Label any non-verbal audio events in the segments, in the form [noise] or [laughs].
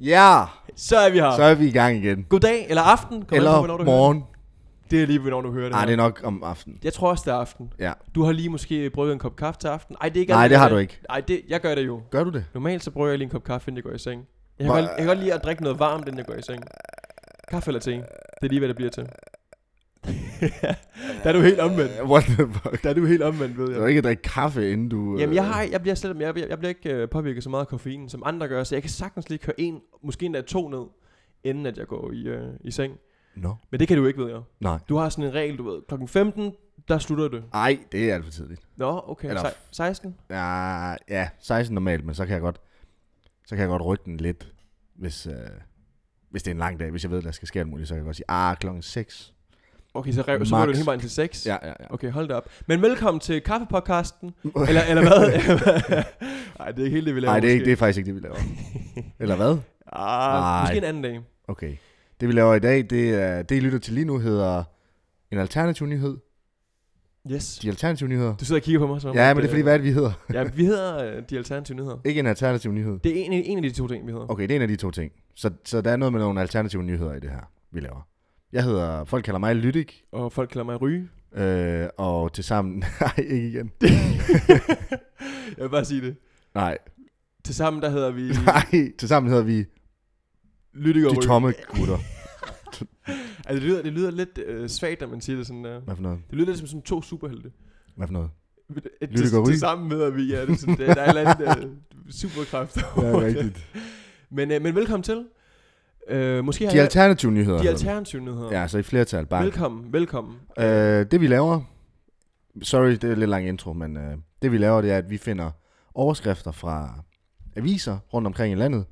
Ja, Så er vi her. så Så. er vi i gang igen. Goddag eller aften. Kom Eller morgen. Det er lige, hvornår du hører det. Nej, her. det er nok om aftenen. Jeg tror også, det er aften. Ja. Du har lige måske brygget en kop kaffe til aften. Ej, det er ikke Nej, altid, det har jeg- du ikke. Ej, det, jeg gør det jo. Gør du det? Normalt så brygger jeg lige en kop kaffe, inden jeg går i seng. Jeg kan, Hvor- godt, jeg kan godt lide at drikke noget varmt, inden jeg går i [laughs] seng. Kaffe eller te. Det er lige, hvad det bliver til. der er du helt omvendt. Uh, [laughs] What the fuck? Der er du helt omvendt, ved Du jeg. kan ikke drikke kaffe, inden du... øh, Jamen, jeg, har, jeg bliver selv, jeg, bliver- jeg bliver ikke øh, påvirket så meget af koffein, som andre gør, så jeg kan sagtens lige køre en, måske endda to ned, inden at jeg går i, øh, i seng. Nå, Men det kan du ikke, ved jeg. nej. Du har sådan en regel, du ved, klokken 15, der slutter det. Ej, det er alt for tidligt. Nå, okay, Eller- Eller... 16. Ja, ja, 16 normalt, men så kan jeg godt, så kan jeg godt rykke den lidt, hvis, øh, hvis det er en lang dag. Hvis jeg ved, der skal ske alt muligt, så kan jeg godt sige, ah, klokken 6. Okay, så, rev, så går Max. du den hele vejen til 6. Ja, [laughs] ja, ja. Okay, hold da op. Men velkommen til [laughs] kaffepodcasten. Eller, eller hvad? [laughs] Nej, det er ikke helt det, vi laver. Nej, det er, ikke, måske. det er faktisk ikke det, vi laver. Eller hvad? Ah, Nej. måske en anden dag. Okay. Det, vi laver i dag, det er, det, I lytter til lige nu, hedder en alternativ nyhed. Yes. De alternative nyheder. Du sidder og kigger på mig som om, Ja, at, men det er øh, fordi, hvad er det, vi hedder? Ja, vi hedder øh, De Alternative Nyheder. Ikke en alternativ nyhed. Det er en, en af de to ting, vi hedder. Okay, det er en af de to ting. Så, så der er noget med nogle alternative nyheder i det her, vi laver. Jeg hedder, folk kalder mig Lydik, Og folk kalder mig Ryge. øh, og til sammen, [laughs] nej, ikke [laughs] igen. Jeg vil bare sige det. Nej, Tilsammen der hedder [laughs] vi nej, til sammen hedder vi Lyttik og De Ryge. Tomme Gutter. Altså, det lyder, det lyder lidt øh, svagt, når man siger det sådan der. Hvad for noget? Det lyder lidt som sådan to superhelte. Hvad for noget? Lyttik og Til, Ryge. til sammen hedder vi, ja, det er sådan, der, der er en eller [laughs] anden øh, superkræft. over det. Men, øh, men velkommen til. Øh, måske har De jeg... alternative nyheder. de hedder det. alternative nyheder. Ja, så i flertal, bare. Velkommen, velkommen. Øh, det vi laver, sorry, det er lidt lang intro, men øh, det vi laver, det er, at vi finder overskrifter fra aviser rundt omkring i landet,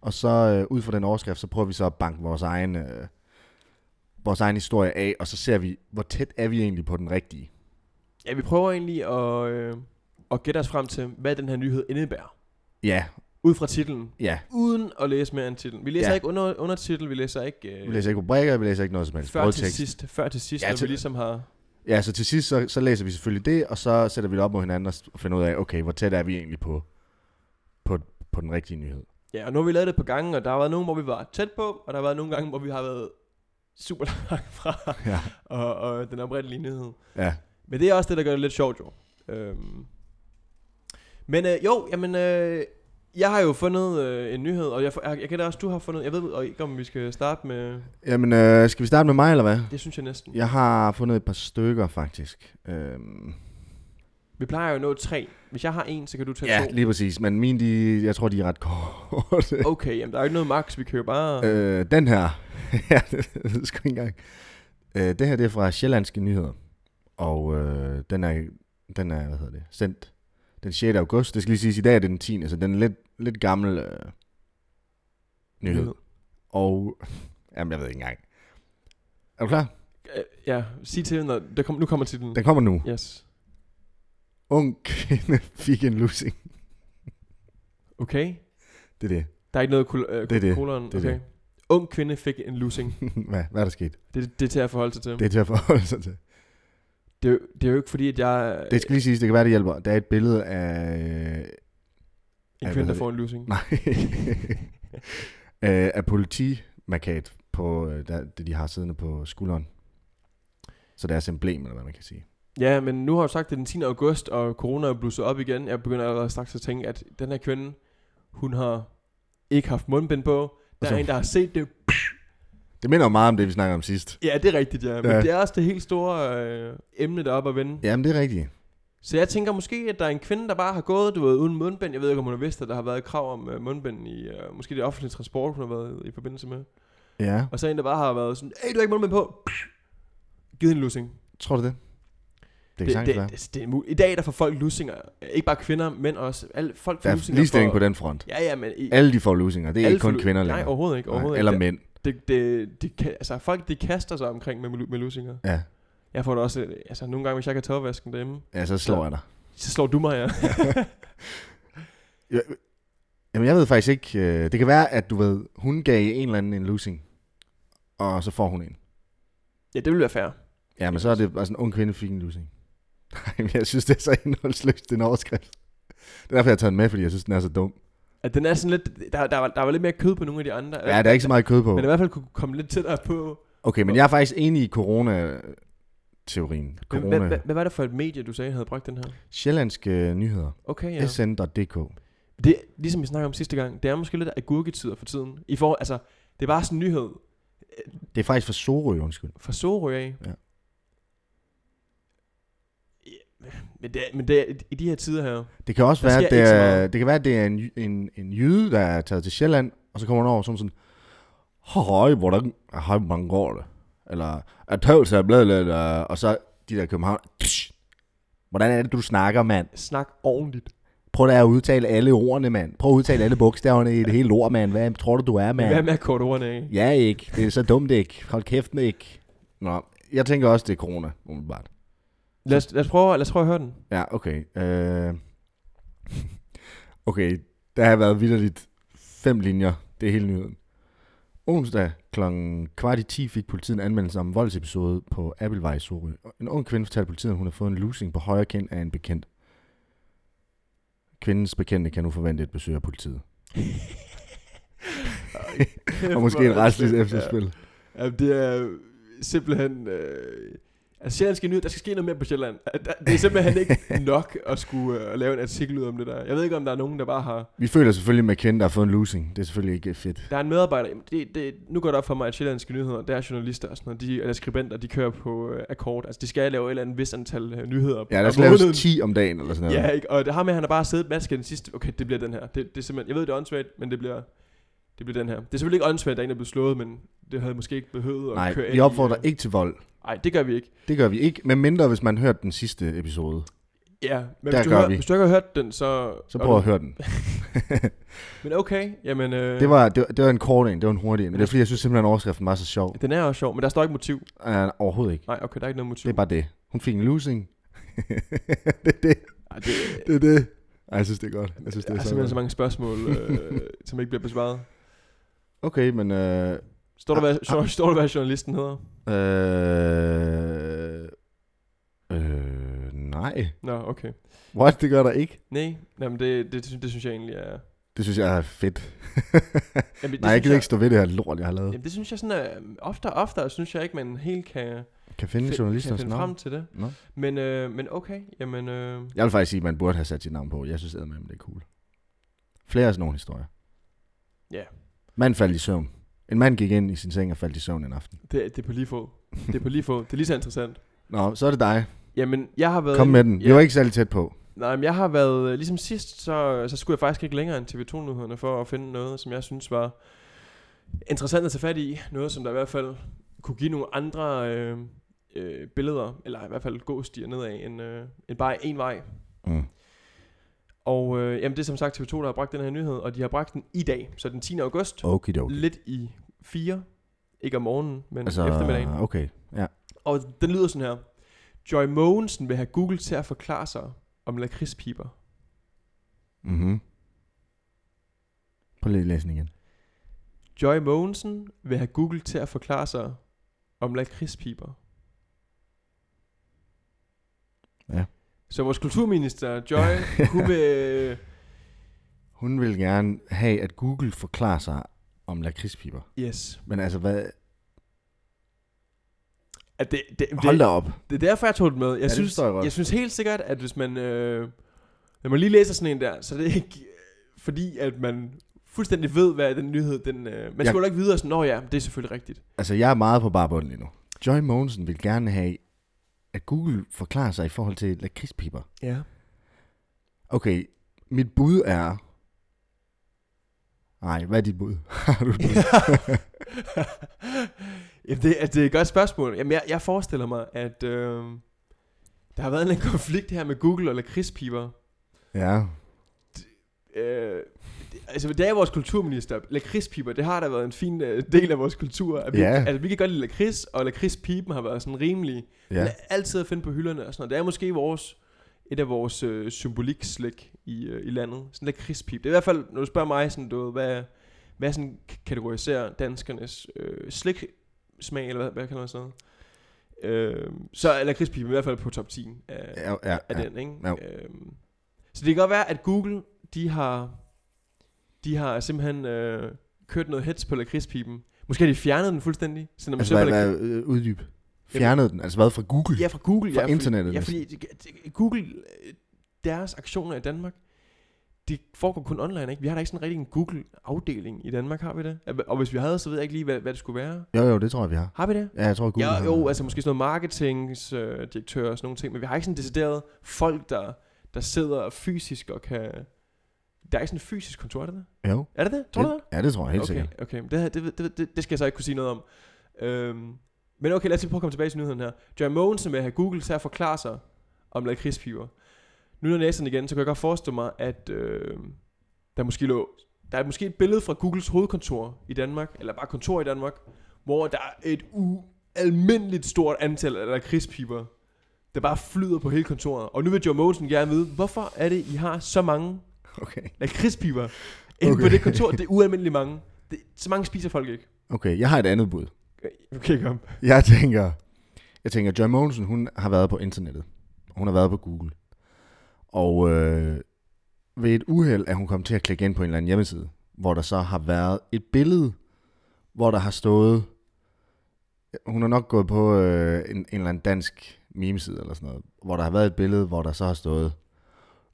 og så øh, ud fra den overskrift, så prøver vi så at banke vores egen, øh, vores egen historie af, og så ser vi, hvor tæt er vi egentlig på den rigtige. Ja, vi prøver egentlig at, øh, at gætte os frem til, hvad den her nyhed indebærer. Ja, Ud fra titlen. ja. Uden at læse mere end titlen. Vi læser Ja. ja. ikke under, undertitel, vi læser ikke øh, Vi læser ikke rubrikker, vi læser ikke noget som helst. før, til Brødtekst. sidst, før til sidst, Ja, ja, til... til- vi ligesom har... Ja, så til sidst, så, så læser vi selvfølgelig det, og så sætter vi det op mod hinanden og s- og finder ud af, okay, hvor tæt er vi egentlig på, på, på den rigtige nyhed. Ja, og nu har vi lavet det på gange, og der har været nogle, hvor vi var tæt på, og der har været nogle gange, hvor vi har været super langt fra Ja. [laughs] og, og den oprindelige nyhed. Ja, Men det er også det, der gør det lidt sjovt, jo. Øhm. Men øh, jo, jamen, øh, jeg har jo fundet øh, en nyhed, og jeg, for- jeg, jeg kan da også, du har fundet, jeg ved og ikke, om vi skal starte med, Jamen, øh, skal vi starte med mig, eller hvad? det synes jeg næsten. Ja. Jeg har fundet et par stykker, faktisk. Øhm, Vi plejer jo at nå tre. Hvis jeg har en, så kan du tage ja, to. lige præcis. Men mine, de, jeg tror, de er ret korte. Okay, jamen, der er jo ikke noget max, vi kan jo bare... Øh. Øh, den her. [laughs] ja, det ved jeg sgu ikke engang. Øh, det her, det er fra Sjællandske Nyheder. Og øh, den er, den er, hvad hedder det, sendt den 6. august. Det skal lige siges, i dag er det den 10. Så den er lidt, lidt gammel øh, nyhed. Nyhed. Og, [laughs] jamen, jeg ved ikke engang. Er du klar? Øh, ja, sig til, når der kom, nu kommer titlen. Den kommer nu. Yes. Ung kvinde fik en lussing. Okay. Det er det. Der er ikke noget kol- øh, Det er det. kolon. er Okay. Det. Ung kvinde fik en losing. [laughs] hvad, hvad er der sket? Det, det er til at forholde sig til. Det Det, er til at forholde sig til. det, er, jo, det er jo ikke fordi, at jeg er Det skal lige siges, det kan være, det hjælper. Der er et billede af... en Ej, hvad hedder kvinde, der får en losing. Nej. [laughs] Øh, af politimarkat, på, øh, der, det de har siddende på skulderen. Så deres emblem, eller hvad man kan sige. Ja, men nu har du sagt, at det er den 10. august, og corona er blusset op igen. Jeg begynder allerede straks at tænke, at den her kvinde, hun har ikke haft mundbind på. Der så- er en, der har set det. Altså, Det minder jo meget om det, vi snakkede om sidst. Ja, det er rigtigt, ja. Men Ja. ja. det er også det helt store øh, emne, der er oppe at vende. Jamen, det er rigtigt. Så jeg tænker måske, at der er en kvinde, der bare har gået, du ved, uden mundbind. Jeg ved ikke, om hun har vidst, at der har været et krav om øh, mundbind i, øh, måske det offentlige transport, hun har været i forbindelse med. Ja. Og så en, der bare har været sådan, hey, du har ikke mundbind på. Givet en lussing. Tror du det? Det Det, kan det, det, det, altså, være. det, det, er mul- I dag der får folk lussinger. Ikke bare kvinder, men også alle, folk får Der er lussinger. ligestilling på for- den front. Ja, ja, men... I, Alle de får lusinger. Det er alle ikke kun forlu- kvinder Nej, længere. overhovedet ikke. Overhovedet Eller ikke. mænd. Det, det, det, kan- altså, folk de kaster sig omkring med, melu- med lussinger. Ja. Jeg får det også... øh, Altså, nogle gange, hvis jeg kan tørvasken derhjemme, ja, så slår Så- jeg dig. så slår du [laughs] mig, ja. Jamen, jeg ved faktisk ikke. øh, Det kan være, at du ved, hun gav en eller anden en losing, og så får hun en. ja, det ville være fair. Ja, men så er det bare sådan, en ung kvinde fik en losing. [laughs] Nej, men jeg synes, det er så indholdsløst, den overskrift. Det er derfor, jeg har taget den med, fordi jeg synes, den er så dum. At den er sådan lidt, der, der, var, der var lidt mere kød på nogle af de andre. Ja, der er ikke så meget kød på. Men i hvert fald kunne komme lidt tættere på. Okay, men jeg er faktisk enig i corona-teorien. Men Hvad, hvad, Corona. hvad var det for et medie, du sagde, havde brugt den her? Sjællandske nyheder. Okay, ja. Ja. SN.dk. Det, ligesom vi snakkede om sidste gang, det er måske lidt agurketider for tiden. I for, altså, det er bare sådan en nyhed Det er faktisk fra Sorø, undskyld. fra Sorø af. Ja. Ja, Men, det, er- men det, er- i de her tider her, Det kan også Der være, sker at det ikke så er, meget. det kan være, at det er en, en, en jyde, der er taget til Sjælland, og så kommer han over som sådan, Høj, hvordan, høj, hvordan går det? Eller, er tøvelse er blevet lidt, øh," og så de der København, "Tsh! Hvordan er det, du snakker, mand? snak ordentligt. Prøv da at udtale alle ordene, mand. Prøv at udtale alle bogstaverne i det hele ord, mand. Hvad tror du, du er, Men Hvad mand? med at korte ordene af? Ja, ikke. Det er så dumt, ikke. Hold kæft, med ikke. Nå, jeg tænker også, det er corona, umiddelbart. Lad os, lad os, prøve, lad os prøve at høre den. Ja, okay. Øh... okay, der har været vidderligt fem linjer. Det er hele nyheden. Onsdag kl. kvart i 10 fik politiet en anmeldelse om en voldsepisode på Abelvej i Sorø. En ung kvinde fortalte politiet, at hun har fået en losing på højre kind af en bekendt. Kvindens bekendte kan nu forvente et besøg af politiet. [laughs] [laughs] Og måske et retsligt efterspil. Ja, ja, det er simpelthen... Øh, altså, Sjælland skal nyde, der skal ske noget mere på Sjælland. Øh, der- Det er simpelthen [laughs] ikke nok at skulle øh, at lave en artikel ud om det der. Jeg ved ikke, om der er nogen, der bare har... Vi føler selvfølgelig med kvinden, der har fået en losing. Det er selvfølgelig ikke fedt. Der er en medarbejder... Jamen, det, det, nu går det op for mig, at Sjællandske Nyheder, der er journalister og sådan noget, de, eller skribenter, de kører på øh, akkord. Altså, de skal lave et eller andet vis antal øh, nyheder. Ja, der om skal laves måneden. 10 om dagen eller sådan noget. Ja, ikke? og det har med, at han har bare siddet masket den sidste. Okay, det bliver den her. Det, det er simpelthen, jeg ved, det er åndssvagt, men det bliver, det bliver den her. Det er selvfølgelig ikke åndssvagt, at der er en, der er blevet slået, men det havde måske ikke behøvet at Nej, køre vi opfordrer ikke til vold. Nej, det gør vi ikke. Det gør vi ikke, men mindre hvis man hørte den sidste episode. Ja, men Der hvis du, gør hører, vi. hvis du ikke har hørt den, så... Så og prøv du- at høre den. Men okay, jamen... Øh, Det var, det, var- det var en kort en, det var en hurtig en, men det er fordi, jeg synes simpelthen, at overskriften var så [laughs] sjov. Den er også sjov, men der står ikke motiv. Uh, overhovedet ikke. Nej, okay, der er ikke noget Det motiv. er bare det. Hun fik en [laughs] losing. det er det. Ej, det, Det er det. Ej, jeg synes, det er godt. Jeg synes, der det er er så simpelthen godt. så mange spørgsmål, [laughs] øh, som ikke bliver besvaret. Okay, men... Øh, Står der, Ah, hvad, står, står der, hvad journalisten hedder? øh, øh, nej. Nå, okay. What? Det gør der ikke. Nej, jamen det, det, det, det synes jeg egentlig er... Det synes jeg er fedt. [laughs] Jamen, det nej, jeg synes gider ikke stå ved det her lort, jeg har lavet. Jamen det synes jeg sådan, at oftere og oftere, synes jeg ikke, man helt kan, Kan finde fi- kan journalisternes finde navn? frem til det. Nå. Men, øh, men okay, jamen... Øh, Jeg vil faktisk sige, at man burde have sat sit navn på. Jeg synes eddermame, det er cool. Flere af sådan nogle historier. Ja. Mand faldt i søvn. En mand gik ind i sin seng og faldt i søvn en aften. det, det er på lige fod. Det er på lige fod. Det er lige så interessant. Nå, så er det dig. Jamen, jeg har været... Kom med den. Vi Ja. var ikke særlig tæt på. Nej, men jeg har været... øh, Ligesom sidst, så, så skulle jeg faktisk ikke længere end TV2-nyhederne for at finde noget, som jeg synes var interessant at tage fat i. Noget, som der i hvert fald kunne give nogle andre øh, øh, billeder, eller i hvert fald gå stier nedad, end, øh, end bare en vej. Mm. Og øh, jamen, det er som sagt TV2, der har bragt den her nyhed, og de har bragt den i dag, så den 10. august. Okidoki. lidt i fire. Ikke om morgenen, men Altså, altså, eftermiddagen. okay. Ja. Og den lyder sådan her. Joy Mogensen vil have Google til at forklare sig om lakridspiber. Mm-hmm. Prøv lige at læse den igen. Joy Mogensen vil have Google til at forklare sig om lakridspiber. Ja. Så vores kulturminister, [laughs] Joy, hun vil... Hun vil gerne have, at Google forklarer sig om lakridspiber. Yes. Men altså, hvad? At det, det, det, Hold da op. Det er derfor, jeg tog den med. Jeg, det synes, forstår jeg jeg, godt. synes helt sikkert, at hvis man... Øh, når man lige læser sådan en der, så er det ikke øh, fordi, at man fuldstændig ved, hvad den nyhed... Den, øh, man Jeg- skal jo ikke videre sådan, Nå ja, det er selvfølgelig rigtigt. Altså, jeg er meget på bare bund lige nu. Joy Mogensen vil gerne have, at Google forklarer sig i forhold til lakridspiber. Ja. Okay, mit bud er... Nej, hvad er dit bud? Har du et bud? Jamen, det, er, det er et godt spørgsmål. Jamen, jeg, jeg forestiller mig, at øh, der har været en eller anden konflikt her med Google og lakridspiber. ja. Øh, det- altså, det er vores kulturminister. Lakridspiber, det har da været en fin øh, del af vores kultur. At vi, Ja. Altså, vi kan godt lide lakrids, og lakridspiben har været sådan rimelig ja. Ja. Altid at finde på hylderne og sådan noget. Det er måske vores, et af vores øh, symbolik-slik i, øh, i landet. Sådan lidt krigspip. Det er i hvert fald, når du spørger mig, sådan, du ved, hvad, hvad sådan k- kategoriserer danskernes øh, slik-smag, eller hvad, hvad kalder man sådan noget? Øh, så er lakridspipen i hvert fald på top 10 af, ja, Ja, ja, af ja. den, ikke? Jo. Øhm, så det kan godt være, at Google, de har de har simpelthen øh, kørt noget hets på lakridspipen. Måske har de fjernet den fuldstændig. Så når man Altså, søger hvad, på lakrids- hvad øh, uddyb? Fjernede den? Altså hvad fra Google? Ja, fra Google. Fra ja, fordi- internettet Ja, fordi det- det- Google, øh, deres aktioner i Danmark, det foregår kun online, ikke? Vi har da ikke sådan rigtig en Google-afdeling i Danmark, har vi det? Og hvis vi havde, så ved jeg ikke lige, hvad, hvad det skulle være. Jo, jo, det tror jeg, vi har. Har vi det? Ja, jeg tror, Google Ja, har- jo, altså måske sådan noget marketingsdirektør øh, direktør og sådan nogle ting, men vi har ikke sådan decideret folk, der, der sidder fysisk og kan... Der er ikke sådan et fysisk kontor, er det det? Jo. Er det det? Tror du det? Ja, det tror jeg helt okay, sikkert. Okay, men det, her- det, ved- det, ved- det, det skal jeg så ikke kunne sige noget om. Øhm, men okay, lad os lige prøve at komme tilbage til nyheden her. John Mogensen vil have Google til at forklare sig om lakridspiber. Nu når næsen igen, så kan jeg godt forestille mig, at øh, der måske lå... Der er måske et billede fra Googles hovedkontor i Danmark, eller bare kontor i Danmark, hvor der er et ualmindeligt stort antal af lakridspiber, der bare flyder på hele kontoret. Og nu vil Joe Mogensen gerne vide, hvorfor er det, I har så mange Okay. [laughs] lakridspiber inde okay. Okay. på det kontor. Det er ualmindeligt mange. Det, så mange spiser folk ikke. Okay, jeg har et andet bud. Okay, kom. [laughs] Jeg tænker, jeg tænker, John Mogensen, hun har været på internettet. Hun har været på Google. Og øh, ved et uheld er hun kommet til at klikke ind på en eller anden hjemmeside, hvor der så har været et billede, hvor der har stået... Hun har nok gået på øh, en, en eller anden dansk memeside eller sådan noget, hvor der har været et billede, hvor der så har stået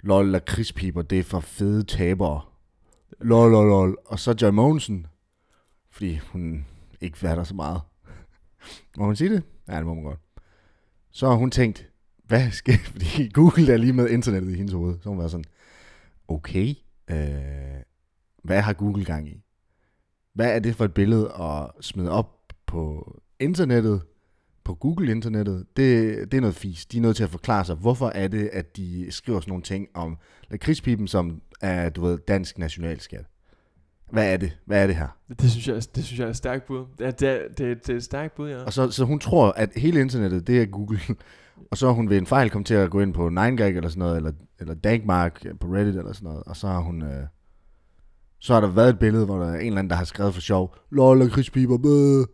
LOL og krispiber, det er for fede tabere. LOL, LOL, LOL. Og så Joy Mogensen, fordi hun ikke fatter så meget. Må man sige det? Ja, det må man godt. Så har hun tænkt, hvad skal... [laughs] Fordi Google er lige med internettet i hendes hoved. Så har hun været sådan, okay, øh, hvad har Google gang i? Hvad er det for et billede at smide op på internettet, på Google-internettet? Det, det er noget fis. De er nødt til at forklare sig, hvorfor er det, at de skriver sådan nogle ting om lakridspipen, som er, du ved, dansk nationalskat. Hvad er det? Hvad er det her? Det synes jeg, det synes jeg er et stærkt bud. Det er, det er, det er, det er et stærkt bud, ja. Og så, så hun tror, at hele internettet, det er Google. [laughs] Og så har hun ved en fejl kommet til at gå ind på 9gag eller sådan noget, eller, eller Dankmark på Reddit eller sådan noget. Og så har hun... Øh, så har der været et billede, hvor der er en eller anden, der har skrevet for sjov. Lol, og Chris Bieber, bøh.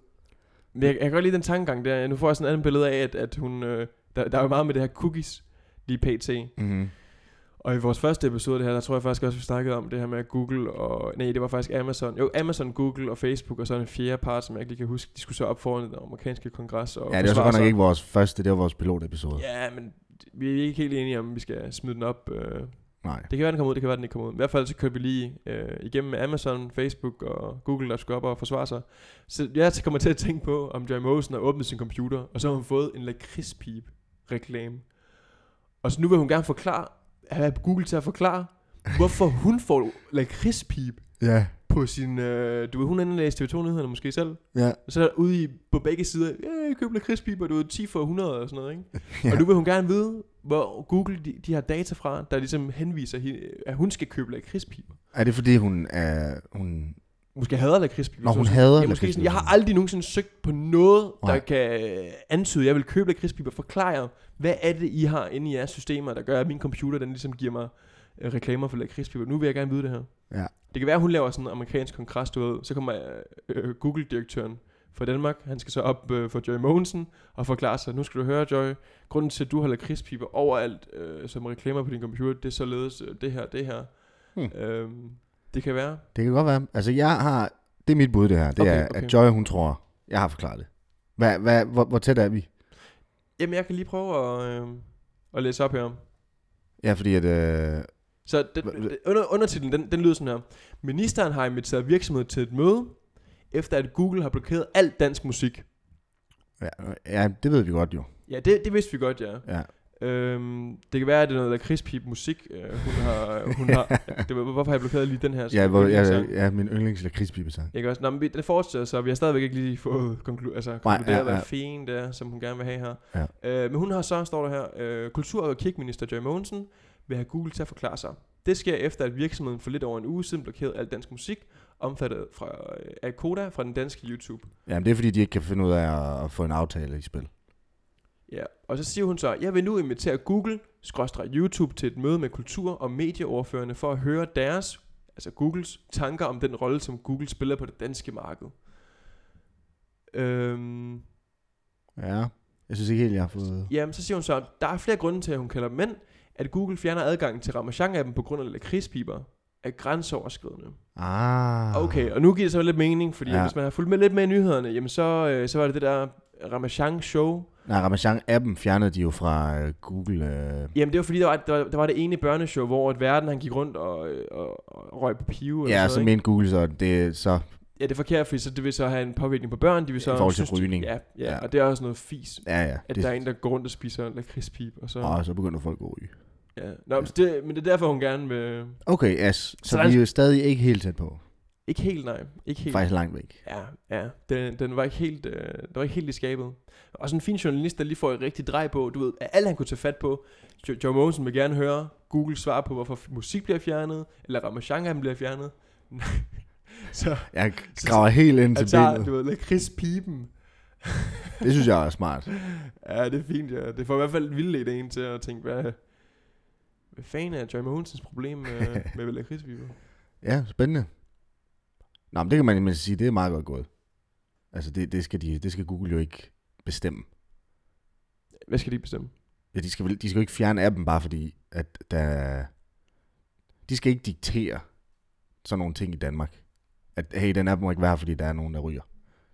Men jeg, jeg kan godt lide den tankegang der. Nu får jeg sådan et andet billede af, at, at hun... Øh, der, der er jo meget med det her cookies lige pt. Mm-hmm. Og i vores første episode af det her, der tror jeg faktisk også, vi snakkede om det her med at Google og... Nej, det var faktisk Amazon. Jo, Amazon, Google og Facebook og så en fjerde part, som jeg ikke lige kan huske. De skulle så op foran den amerikanske kongres og Ja, det er så forsvare godt nok sig. ikke vores første, det var vores pilotepisode. Ja, men vi er ikke helt enige om, vi skal smide den op øh, Nej. Det kan være, den kommer ud, det kan være, den ikke kommer ud. I hvert fald så kørte vi lige øh, igennem med Amazon, Facebook og Google, der skulle op og forsvare sig. Så jeg kommer til at tænke på, om Joy Mosen har åbnet sin computer, og så har hun fået en lakridspip reklame. Og så nu vil hun gerne forklare, have Google til at forklare, hvorfor hun får lakridspip Ja. på sin... Øh, du ved, hun har læst TV2-nyhederne måske selv. Ja. Og så er der ude i, på begge sider, øh, køb lakridspiber, du er 10 for 100 og sådan noget, ikke? [laughs] Ja. Ja. Og nu vil hun gerne vide, hvor Google de, de har data fra, der ligesom henviser, hende, at hun skal købe lakridspiber. Er det fordi, hun er... Hun... Måske hader lakridspiber. Nå, så hun Ligesom sådan- hader ja, måske sådan, lakridspiber. Jeg har aldrig nogensinde søgt på noget, der Nej. kan øh, antyde, at jeg vil købe lakridspiber. Forklar jer, hvad er det, I har inde i jeres systemer, der gør, at min computer den ligesom giver mig øh, reklamer for lakridspiber. Nu vil jeg gerne vide det her. Ja. Det kan være, at hun laver sådan en amerikansk konkrast, du ved. Så kommer øh, øh, Google-direktøren fra Danmark. Han skal så op øh, for Joy Mogensen og forklare sig. Nu skal du høre, Joy. Grunden til, at du har lakridspiber overalt øh, som reklamer på din computer, det er således øh, det her, det her. Hmm. Øhm, det kan være. Det kan godt være. Altså, jeg har... Det er mit bud, det her. Det Okay, okay, er, okay. at Joy, hun tror... Jeg har forklaret det. Hvad, hvad, hvor, hvor tæt er vi? Jamen, jeg kan lige prøve at, øh, at læse op her. Ja, fordi at... Øh, Så den, Hva- hva- den- under, undertitlen, den, den lyder sådan her. Ministeren har inviteret virksomhed til et møde, efter at Google har blokeret alt dansk musik. ja, ja, det ved vi godt jo. Ja, det, det vidste vi godt, ja. Ja. Øhm, det kan være, at det er noget lakridspip musik, øh, hun har... Hun [laughs] har det, var- hvorfor har jeg blokeret lige den her? Ja, hvor, jeg, ja, ja, min yndlingslakridspibe sang. jeg kan også, nå, men vi- den fortsætter så, vi har stadigvæk ikke lige fået konklu- altså, Nej, konkluderet, Nej, ja, ja, ja. hvad ja. fint det er, som hun gerne vil have her. Ja. Øh, men hun har så, står der her, øh, kultur- og kirkeminister Joy Mogensen vil have Google til at forklare sig. Det sker efter, at virksomheden for lidt over en uge siden blokerede al dansk musik, omfattet fra, øh, af Koda fra den danske YouTube. Jamen, det er fordi, de ikke kan finde ud af at, at få en aftale i spil. Ja, og så siger hun så, jeg vil nu invitere Google, skråstrej YouTube, til et møde med kultur- og medieordførende for at høre deres, altså Googles, tanker om den rolle, som Google spiller på det danske marked. Øhm, Ja. Jeg synes ikke helt, jeg har fået... Jamen, så siger hun så, der er flere grunde til, at hun kalder dem mænd, at Google fjerner adgangen til Ramachan-appen på grund af lakridspiber. er grænseoverskridende. Ah. Okay, og nu giver det så lidt mening, fordi Ja. ja. hvis man har fulgt med lidt med i nyhederne, jamen så, øh, så var det det der Ramachan show. Nej, Ramachan-appen fjernede de jo fra øh, Google. Øh. Jamen det var fordi, der var, der, var, der var det ene børneshow, hvor at verden han gik rundt og, øh, og, og røg på pive. eller Ja, sådan så noget, mente Google så, det, så Ja, det er forkert, fordi så det vil så have en påvirkning på børn. De vil så I forhold til synes, de- rygning. Ja, ja, Ja. ja, og det er også noget fis, ja, ja. at det... det, Ah. der er en, der går rundt og spiser lakridspip. Og så, og så begynder folk at ryge. ja. Nå, men så det, men det er derfor, hun gerne vil... Okay, yes. Så, Så så der er- vi er jo stadig ikke helt tæt på. Ikke helt, nej. Ikke helt. Faktisk langt væk. Ja, ja. Den, den var ikke helt, øh, den var ikke helt i skabet. Og sådan en fin journalist, der lige får et rigtigt drej på, du ved, at alt han kunne tage fat på. Jo, Joe Mogensen vil gerne høre Google svar på, hvorfor musik bliver fjernet, eller Ramachan bliver fjernet. [laughs] så Jeg graver helt ind til han tager, benet. du ved, lakridspipen. Det synes jeg er smart. Ja, det er fint, ja. Det får i hvert fald vildt en til at tænke, hvad, hvad fanden er Joy Mohensens [laughs] problem med, med lakridsviber? Ja, spændende. Nå, men det kan man imens sige, det er meget godt gået. Altså, det, det, skal, de, det skal Google jo ikke bestemme. Hvad skal de bestemme? Ja, de skal, vel- de skal jo ikke fjerne appen, bare fordi, at der... De skal ikke diktere sådan nogle ting i Danmark. At, hey, den app må ikke være, her, fordi der er nogen, der ryger.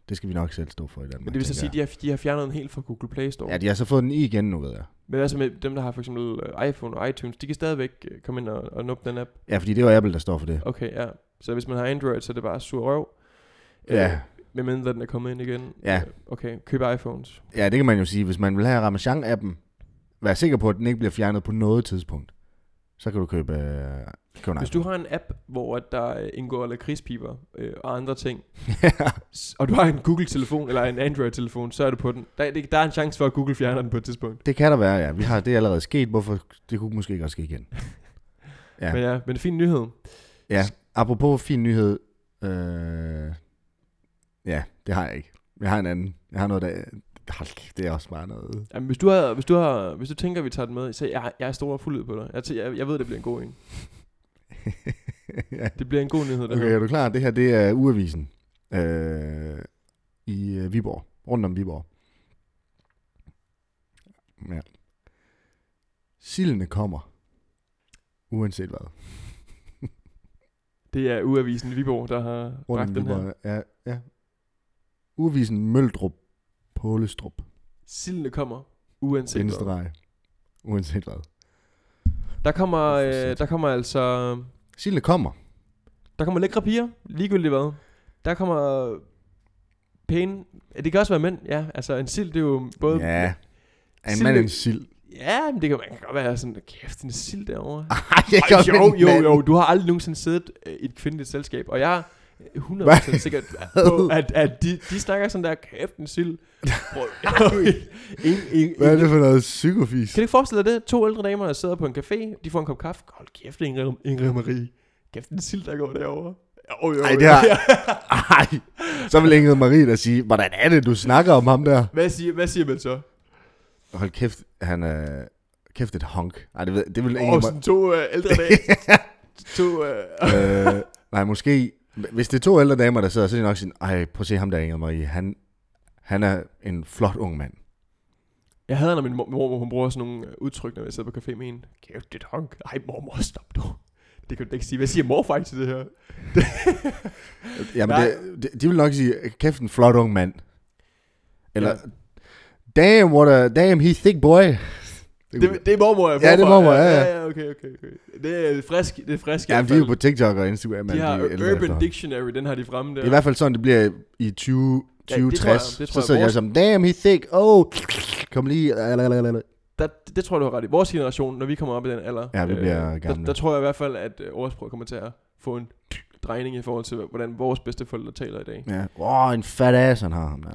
Det skal vi nok selv stå for i Danmark. Men det vil så tænker sige, at de har, de har fjernet den helt fra Google Play Store. jeg. Ja, de har så fået den i igen nu, ved jeg. Men hvad så med dem, der har for eksempel øh, iPhone og iTunes? De kan stadigvæk øh, komme ind og, og nuppe den app. Ja, fordi det var Apple, der står for det. Okay, ja. Så hvis man har Android, så er det bare sur røv. Øh, Ja, Med mindre den er kommet ind igen. Ja. Øh, Okay, køb iPhones. ja, det kan man jo sige. Hvis man vil have Ramachan-appen, vær sikker på, at den ikke bliver fjernet på noget tidspunkt. Så kan du købe... Øh, købe en Hvis iPhone. du har en app, hvor at der øh, indgår lakridspiber øh, og andre ting, [laughs] s- og du har en Google-telefon eller en Android-telefon, så er du på den. Der, er- det- der er en chance for, at Google fjerner den på et tidspunkt. Det kan der være, ja. Vi har det er allerede sket. Hvorfor? Det kunne måske godt ske igen. Ja. Ja. Men ja, men fin nyhed. Apropos fin nyhed. Øh, ja, det har jeg ikke. Jeg har en anden. Jeg har noget, der... Hold kæft, det er også bare noget. [laughs] Jamen, hvis, du har, hvis, du har, hvis du tænker, at vi tager den med, så jeg, jeg er stor fuld ud på dig. Jeg, tæ- jeg, jeg ved, det bliver en god en. ja. Det bliver en god nyhed, der Okay, er du klar? Det her, det er uavisen. Øh, I øh, Viborg. Rundt om Viborg. Ja. Sildene kommer. Uanset hvad. Det er Uavisen i Viborg, der har Rundt bragt om den her. Viborg. Ja, ja. Uavisen Møldrup Pålestrup. Sildene kommer, uanset hvad. Bindestreg. Uanset hvad. Der kommer, Hvorfor øh, sat? der kommer altså... Sildene kommer. Der kommer lækre piger, ligegyldigt hvad. Der kommer pæne... ja, Det kan også være mænd, ja. Altså, en sild, det er jo både... Ja. Er en Sild- mand en sild? [laughs] Ja, men det kan man kan godt være sådan, kæft, en sild derovre. Ej, jeg Ej, jo, jo, jo, du har aldrig nogensinde siddet øh, i et kvindeligt selskab, og jeg er 100% sikker på, at, at de, de snakker sådan der, kæft en [laughs] sild. Prøv- en, en, en, Hvad er det for noget psykofis? Kan du ikke forestille dig det? To ældre damer, der sidder på en café, de får en kop kaffe. Hold kæft, Ingrid, Ingrid Marie. Kæft, en sild, der går derovre. Jo, jo, Ej, jo. det har... Ej. Så vil Ingrid Marie da sige, hvordan er det, du snakker om ham der? [laughs] Hvad siger, hvad siger man så? Hold kæft, han er... Kæft et honk. Nej, det, ved, det vil Åh, Ingrid oh, Marie... sådan to øh, ældre [laughs] dage. to, øh, Øh, nej, måske... Hvis det er to ældre damer, der sidder, så er de nok sådan, ej, prøv at se ham der, Ingrid Marie. Han, han er en flot ung mand. jeg hader, når min mor, mormor, hun bruger sådan nogle øh, udtryk, når jeg sidder på café med hende. Kæft, det er et honk. Ej, mormor, stop du. Det kan du da ikke sige. Hvad siger mor faktisk til det her? Jamen, Nej. det, de, de vil nok sige, kæft en flot ung mand. Eller, Ja. ja. damn, what a, damn, he's thick boy. Det kunne- Det, det er mormor, jeg Ja, det er mormor, ja, ja. ja, okay, okay, okay. Det er frisk, det er frisk i ja, hvert de er jo fald. på TikTok og Instagram. de men har er ældre Urban efterhånden. Dictionary, den har de fremme der. Det er i hvert fald sådan, det bliver i 20, Ja, det tror jeg, 2060. det tror så jeg. sidder jeg Vores- som, damn, he's thick, oh, kom lige. lalalala. der, det tror jeg, du har ret i. Vores generation, når vi kommer op i den alder, øh, Ja, vi bliver gamle. Der, der tror jeg i hvert fald, at øh, ordsproget kommer til at få en drejning i forhold til, hvordan vores bedsteforældre taler i dag. Ja. Åh, oh, en fat ass, han har ham [laughs] der.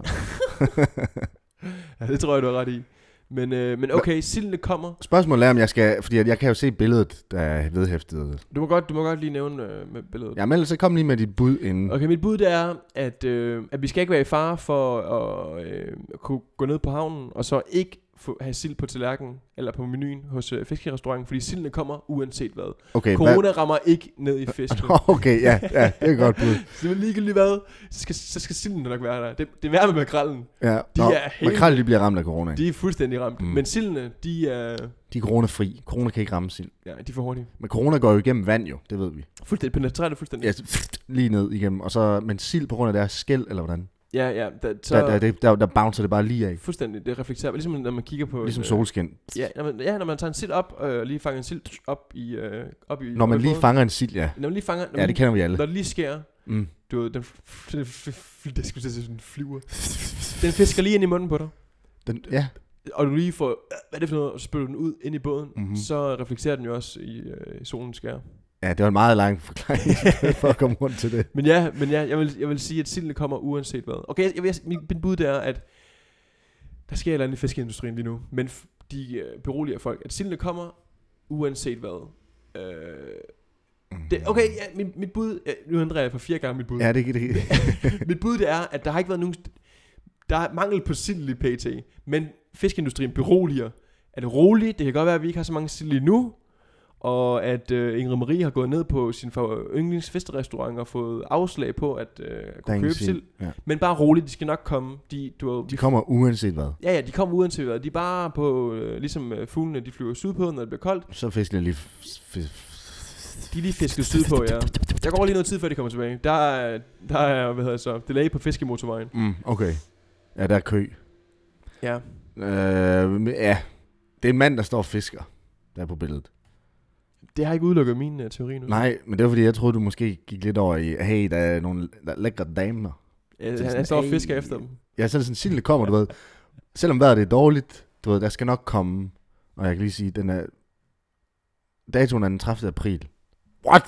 Ja, det tror jeg, du har ret i. Men, øh, men okay, sildene kommer. Spørgsmålet er, om jeg skal, fordi at jeg kan jo se billedet, der er vedhæftet. Du må godt, du må godt lige nævne øh, med billedet. Ja, men ellers så kom lige med dit bud inden. Okay, mit bud det er, at, øh, at vi skal ikke være i fare for at øh, kunne gå ned på havnen, og så ikke få, have sild på tallerkenen, eller på menuen hos øh, fiskerestauranten, fordi sildene kommer uanset hvad. Okay, hvad? Corona rammer ikke ned i fisken. [laughs] okay, ja, ja, det er et godt bud. Så det er ligegyldigt hvad, så skal, så skal silden nok være der. Det, det er værre med makrallen. Ja, De nå, er helt, makrel, de bliver ramt af corona. De, de er fuldstændig ramt. Mm. Mm. Men sildene, de er, de er coronafri. Corona kan ikke ramme sild. ja, de er for hurtige. Men corona går jo igennem vand jo, det ved vi. Fuldstændig penetreret fuldstændig. Ja, [laughs] så pft, lige ned igennem. Og så, men sild på grund af deres skæld, eller hvordan? Ja, ja. Der, så, Så... Der, der, der, der, bouncer det bare lige af. Fuldstændig, det reflekterer. Ligesom når man kigger på... Ligesom øh, solskin. Ja, når man, ja, når man tager en sild op, og øh, og lige fanger en sild op i... Øh, op i Når man op i lige båden. fanger en sild, ja. Når man lige fanger... Når, Ja, man, det lige- kender vi alle. når det lige sker, Mm. du ved, den... f- f- den f- f- Det skulle jeg til at sige, den flyver. Den fisker lige ind i munden på dig. Den, ja, Og du lige får... "Øh, Hvad er det for noget? Og så spytter du den ud ind i båden. Mhm. Mm-hmm. Så reflekterer den jo også i, øh, i solens skær. ja, det var en meget lang [laughs] forklaring [laughs] for at komme rundt til det. Men ja, men ja jeg, vil, jeg vil sige, at sildene kommer uanset hvad. Okay, jeg, jeg, vil- min, min bud det er, at der sker et eller andet i fiskeindustrien lige nu, men f- de øh, beroliger folk, at sildene kommer uanset hvad. Øh, det, okay, ja, mit, mit bud, ja, nu ændrer jeg for fire gange mit bud. Mm. Ja, Ja. det, det, det Mit bud det er, at der har ikke været nogen... Der er mangel på sild i PT, men fiskeindustrien beroliger. Er det roligt? Det kan godt være, at vi ikke har så mange sild lige nu, og at øh, Ingrid Marie har gået ned på sin for- yndlingsfisterestaurant og fået afslag på at øh, der er kunne ingen købe sild. sild. Ja. Men bare roligt, de skal nok komme. De, du, ved, De kommer uanset hvad. Ja, ja, de kommer uanset hvad. De er bare på, øh, ligesom øh, fuglene, de flyver sydpå, når det bliver koldt. Så er fiskene lige... f- f- De er lige fisket sydpå, ja. Der går lige noget tid, før de kommer tilbage. Der er, der er hvad hedder det så, delay på fiskemotorvejen. Mm, okay. Ja, der er kø. Ja. Øh, men ja, det er en mand, der står og fisker, der er på billedet. Det har ikke udelukket min uh, teori nu. Nej, men det var fordi, jeg troede, du måske gik lidt over i, hey, der er nogle læ- lækre damer. Det Ja, er han, sådan, han står og "Ey." fisker efter dem. Ja, så er det sådan, sildene kommer, du ved. Selvom vejret er dårligt, du ved, der skal nok komme. Og jeg kan lige sige, den er... Datoen er den 30. april. What?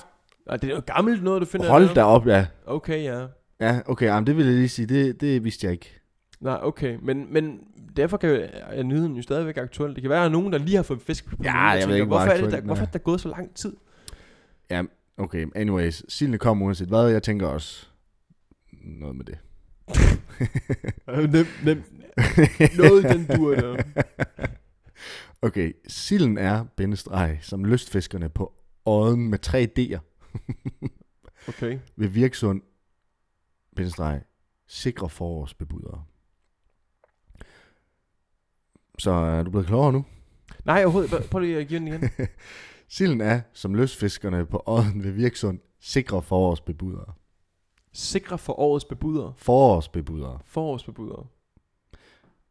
Nej, det er jo gammelt noget, du finder. Hold dernede. da op, ja. Okay, ja. Ja, okay, jamen, det vil jeg lige sige, det, det vidste jeg ikke. Nej, okay. Men, men derfor kan jeg nyheden jo stadigvæk aktuel. Det kan være, at der er nogen, der lige har fået fisk på menuen, og jeg ved tænker, ikke, hvor hvorfor er, det, aktuelt der, den hvorfor er. er der gået så lang tid? Okay, anyways, sildene kommer uanset hvad, jeg tænker også noget med det. nem, [laughs] nem, [laughs] noget i den dur der. Okay, silden er bindestreg, som lystfiskerne på åden med 3D'er Okay. ved Virksund, bindestreg, sikre forårsbebudere. Så øh, er du blevet klogere nu? Nej, overhovedet. Prøv- Prøv lige at give den igen. [laughs] Silden er, som lystfiskerne på åden ved Virksund, sikre forårsbebudere. Sikre for årets bebudere. Forårsbebudere. Forårsbebudere.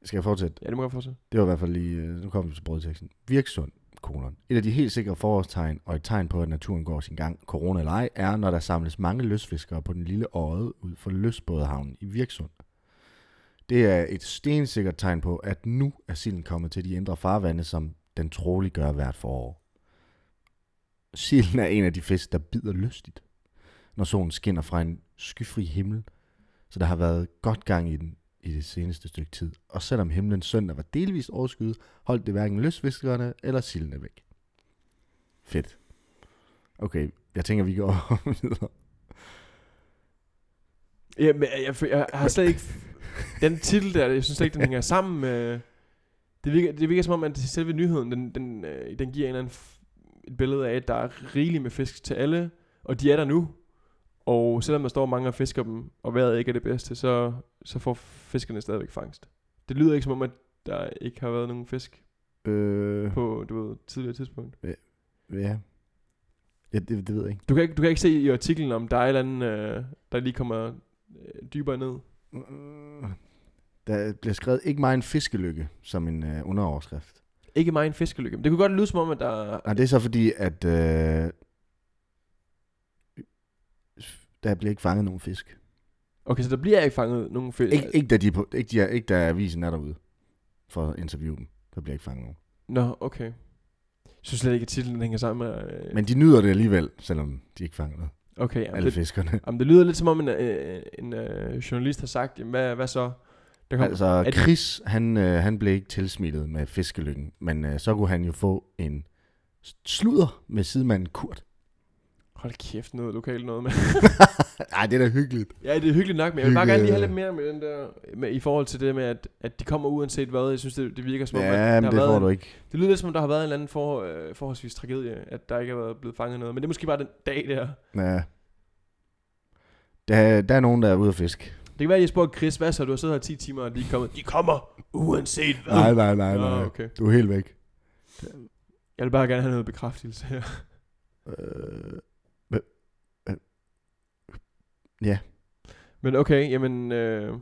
Skal jeg fortsætte? Ja, det må jeg fortsætte. Det var i hvert fald lige, øh, nu kommer vi til brødteksten. Virksund, kolon. Et af de helt sikre forårstegn, og et tegn på, at naturen går sin gang, corona eller ej, er, når der samles mange løsfiskere på den lille åde ud for løsbådehavnen i Virksund. Det er et stensikkert tegn på, at nu er silden kommet til de indre farvande, som den troligt gør hvert forår. Silden er en af de fisk, der bider lystigt, når solen skinner fra en skyfri himmel, så der har været godt gang i den i det seneste stykke tid, og selvom himlen søndag var delvist overskyet, holdt det hverken løsfiskerne eller sildene væk. Fedt. Okay, jeg tænker, vi går [laughs] videre. Ja, men jeg, jeg, jeg har slet ikke... Den titel der, jeg synes slet ikke, den hænger sammen med... Det virker, det virker som om, at selve nyheden, den, den, øh, den giver en eller anden f- et billede af, at der er rigeligt med fisk til alle, og de er der nu. Og selvom der står mange og fisker dem, og vejret ikke er det bedste, så, så får fiskerne stadigvæk fangst. Det lyder ikke som om, at der ikke har været nogen [laughs] fisk Øh, på du ved, tidligere tidspunkt. ja. ja det, det ved jeg ikke. Du kan, ikke, du kan ikke se i artiklen, om der er et eller andet, øh, der lige kommer øh, dybere ned. Øh, Der bliver skrevet ikke meget en fiskelykke som en øh, underoverskrift. Ikke mig en fiskelykke. Men det kunne godt lyde som om, at der... Og det er så fordi, at øh, der bliver ikke fanget nogen fisk. Okay, så der bliver ikke fanget nogen fisk. Ikke, ikke, da, de er på, ikke, de er, ikke da avisen er derude for at interviewe dem. Der bliver ikke fanget nogen. Nå, okay. Jeg synes slet ikke, at titlen hænger sammen med... Øh, Men de nyder det alligevel, selvom de ikke fanger noget. okay, jamen, Alle det, fiskerne. jamen, det lyder lidt som om, en, øh, en øh, journalist har sagt, jamen, hvad, hvad så? Der kom, altså, Altså, det- Chris, han, øh, han blev ikke tilsmittet med [laughs] fiskelykken, men øh, så kunne han jo få en sludder med sidemanden Kurt. Hold kæft, noget lokalt noget med. Ej, det er da hyggeligt. ja, det er hyggeligt nok, men jeg vil bare Hygge- gerne lige have lidt mere med den der, med, i forhold til det med, at, at de kommer uanset hvad. Jeg synes, det, det virker som om, at Ja, der men har det været får en- du ikke. Det lyder lidt som om, der har været en eller anden for, øh, forholdsvis tragedie, at der ikke er været blevet fanget noget. Men det er måske bare den dag der. Ja. Der, der er nogen, der er ude at fiske. Det kan være, at jeg spurgte Chris, hvad så? Du har siddet her 10 timer, og de er kommet. De kommer, uanset hvad. Nej, nej, nej, Nå, nej. okay. Du er helt væk. Jeg vil bare gerne have noget bekræftelse her. Øh, [laughs] Men okay, jamen... Øh,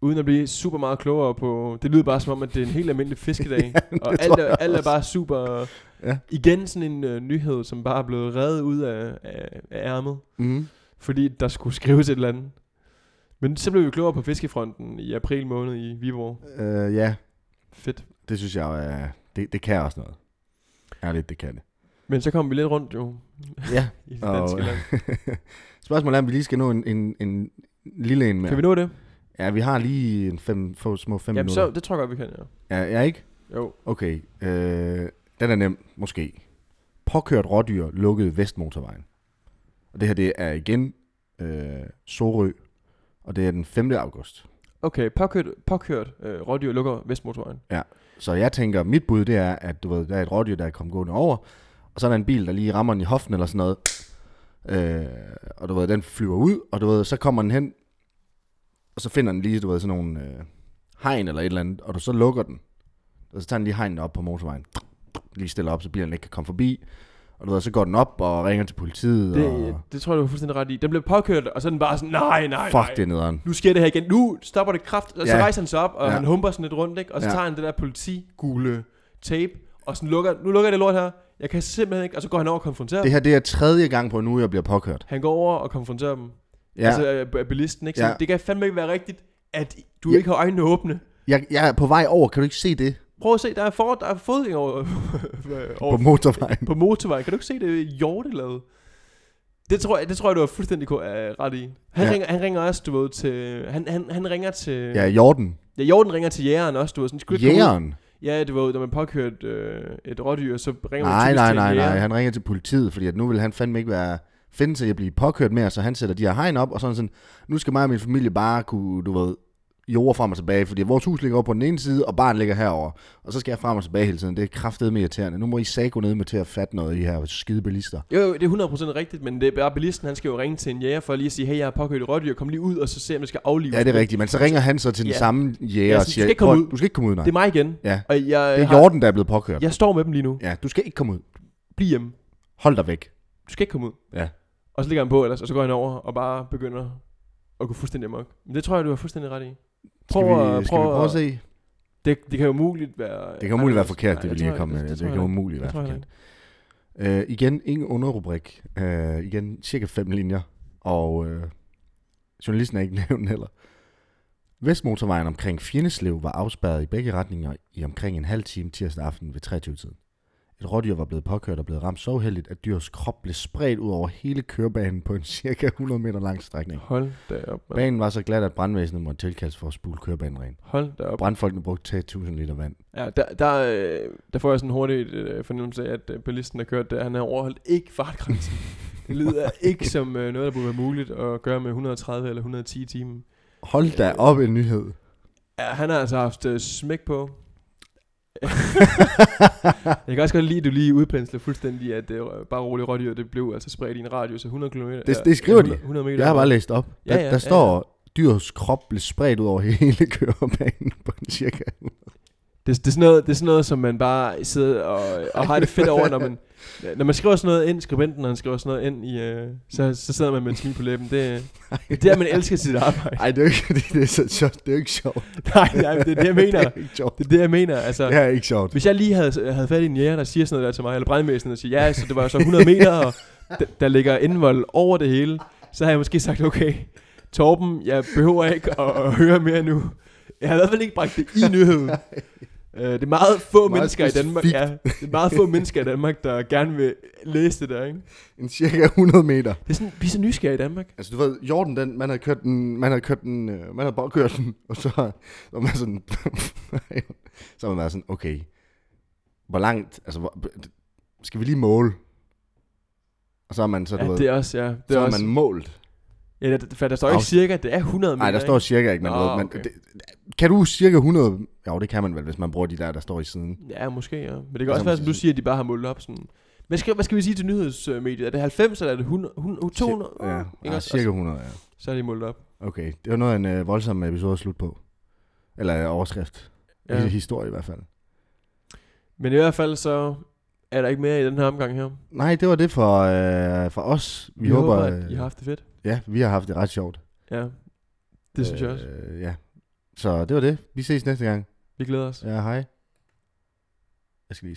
uden at blive super meget klogere på... Det lyder bare som om, at det er en helt almindelig [laughs] fiskedag. ja, og alt, tror er, jeg alt er også. bare super... Ja. Igen sådan en øh, nyhed, som bare er blevet reddet ud af, af, af ærmet. mm. Fordi der skulle skrives et eller andet. Men så blev vi klogere på fiskefronten i april måned i Viborg. øh, ja, Fedt. det synes jeg er... Det, det kan også noget. Ærligt, det kan [laughs] det. Men så kom vi lidt rundt jo Ja. i det Og- danske land. [laughs] Spørgsmålet er, om vi lige skal nå en, en, en lille en mere. Kan vi nå det? Ja, vi har lige en fem, få, små fem Jamen minutter. så, det tror jeg godt, vi kan, ja. Ja, ja, ikke? Jo. Okay. Øh, den er nem, måske. Påkørt rådyr lukkede Vestmotorvejen. Og det her, det er igen øh, Sorø. Og det er den 5. august. Okay, påkørt, påkørt øh, rådyr lukker Vestmotorvejen. Så jeg tænker, mit bud det er, at du ved, der er et rådyr, der er kommet gående over. Og så er der en bil, der lige rammer den i hoften eller sådan noget. Øh, og du ved, den flyver ud, og du ved, så kommer den hen. Og så finder den lige, du ved, sådan nogle øh, hegn eller et eller andet. Og du så lukker den. Og så tager den lige hegnet op på motorvejen. Lige stiller op, så bilen ikke kan komme forbi. Og du ved, så går den op og ringer til politiet. og, Det, det tror jeg, du er fuldstændig ret i. Den blev påkørt, og så er den bare sådan, nej, nej, nej. fuck, det er nederen. Nu sker det her igen. Nu stopper det kraft, og så Ja. rejser han sig op, og Ja. han humper sådan lidt rundt, ikke? Og så Ja. tager han det der politigule tape, og sådan lukker, nu lukker jeg det lort her. Jeg kan simpelthen ikke, og så går han over og konfronterer Det dem. her, det er tredje gang på en uge, jeg bliver påkørt. Han går over og konfronterer dem. Ja, Altså øh, b- bilisten, ikke? Så Ja. det kan fandme ikke være rigtigt, at du Ja. ikke har øjnene åbne. jeg, jeg er på vej over, kan du ikke se det? Prøv at se, der er, for, der er fodgænger over, [laughs] På over motorvejen. på motorvejen. Kan du ikke se det hjortelade? Det tror jeg, det tror jeg du har fuldstændig ko- øh, ret i. Han, Ja. ja. ringer, han ringer også, du ved, til... Han, han, han ringer til... Ja, Jorden. ja Jordan ringer til jægeren også, du ved. Sådan, "Skulle du ikke komme ud?" Jægeren. Ja, du ved, når man påkører et, øh, et rådyr, så ringer man Nej, typisk nej, til nej, en nej. jæger. Han ringer til politiet, fordi at nu vil han fandme ikke være finde sig i at blive påkørt mere, så han sætter de her hegn op, og sådan sådan, nu skal mig og min familie bare kunne, du ved, jorde frem og tilbage, fordi vores hus ligger over på den ene side, og barn ligger herover, og så skal jeg frem og tilbage hele tiden. Det er kraftedeme irriterende. Nu må I sagde gå ned med til at fatte noget, I her skide bilister. Jo, jo, det er 100% rigtigt, men det er bare bilisten, han skal jo ringe til en jæger for lige at sige, hey, jeg har påkørt et rådyr, kom lige ud, og så se, om jeg skal aflive. Ja, det er rigtigt, men så ringer han så til den Ja. samme jæger Ja, og sådan, du siger, skal ikke komme "Prøv- ud." du skal ikke komme ud, nej. Det er mig igen. Ja. Og jeg, Det er har- Jorden, der er blevet påkørt. jeg står med dem lige nu. Ja, du skal ikke komme ud. Bliv hjemme. Hold dig væk. du skal ikke komme ud. Ja. Og så ligger han på ellers, og så går han over og bare begynder at gå fuldstændig amok. Men det tror jeg, du har fuldstændig ret i. Skal vi, Prøv, skal vi prøve at se? Det, det kan jo muligt være... Det kan umuligt være forkert, det jeg vi lige tror har kommet med. Det tror kan jeg ikke. umuligt Det være tror jeg forkert. ikke. Øh, igen, ingen underrubrik. Øh, igen, cirka fem linjer. Og øh, journalisten er ikke [laughs] nævnt heller. Vestmotorvejen omkring Fjenneslev var afspærret i begge retninger i omkring en halv time tirsdag aften ved 23-tiden. Et rådyr var blevet påkørt og blevet ramt så uheldigt, at dyrets krop blev spredt ud over hele kørebanen på en [laughs] cirka 100 meter lang strækning. Hold da op, man. Banen var så glat, at brandvæsenet måtte tilkaldes for at spule kørebanen ren. Hold da op. Brandfolkene brugte 1000 liter vand. Ja, der, der, øh, der får jeg sådan hurtigt øh, fornemmelse af, at øh, bilisten, der kørte der, han har overholdt ikke [laughs] fartgrænsen. det lyder ikke som øh, noget, der burde være muligt at gøre med 130 eller 110 i timen. Hold Øh. da op en nyhed. Ja, han har altså haft øh, smæk på. Jeg kan også godt lide, at du lige udpensler fuldstændig, at øh, bare roligt rådyr, det blev altså spredt i en radius af 100 km. Det- det skriver de. 100 [laughs] meter. Jeg har bare læst op. Ja, Ja, der, ja, der ja, står, dyrets krop blev spredt ud over hele kørebanen [laughs] på en cirka. Det, det, er sådan noget, det er sådan noget, som man bare sidder og, og har det fedt over, når [laughs] man, når man skriver sådan noget ind, skribenten, når han skriver sådan noget ind, i, øh, så, så sidder man med en smil på læben. Det, det er, at man elsker sit arbejde. Ej, det er jo ikke, det, det er så sjovt. Det er jo ikke sjovt. [laughs] Nej, nej, men det er det, jeg mener. Det er ikke sjovt. Det er det, jeg mener. Altså, Det er ikke sjovt. Hvis jeg lige havde, havde fat i en jæger, der siger sådan noget der til mig, eller brandvæsenet, og siger, ja, så det var jo så 100 meter, og d- der ligger indvold over det hele, så havde jeg måske sagt, okay, Torben, jeg behøver ikke at, at høre mere nu. Jeg har i hvert fald ikke bragt det i [laughs] nyheden. Øh, det er meget få meget Meget mennesker i Danmark, specifikt. ja, det er meget få mennesker i Danmark, der gerne vil læse det der, ikke? En cirka 100 meter. Det er sådan, vi er så nysgerrige i Danmark. Altså, du ved, Jordan, den, man havde kørt den, man havde kørt den, øh, man havde bare kørt den, [laughs] og så så var man sådan, [laughs] så var man sådan, okay, hvor langt, altså, hvor, skal vi lige måle? Og så er man så, du ja, ved, det er også, ja. Det så er er også, man målt. ja, der, der, der står ikke Afs- cirka, det er 100 meter. Nej, der står ikke? cirka ikke, men, Nå, du ved, men okay. det, kan du cirka 100? Jo, det kan man vel, hvis man bruger de der, der står i siden. Ja, måske, ja. Men det kan Altså, også være, som du man- siger, at de bare har målt op sådan... Hvad skal, hvad skal vi sige til nyhedsmediet? Er det 90, eller er det 100, 100 200? Ja, ikke ja også? cirka 100, ja. Og Så er de målt op. Okay, det var noget af en øh, voldsom episode at slutte på. Eller øh, overskrift. [laughs] Ja. Ja. Historie i hvert fald. Men i hvert fald så er der ikke mere i den her omgang her. Nej, det var det for, øh, for os. Vi, Vi håber, øh, at I har haft det fedt. Ja, vi har haft det ret sjovt. Ja, det synes jeg også. Øh, ja. Så det var det. Vi ses næste gang. Vi glæder os. Ja, hej. Jeg skal lige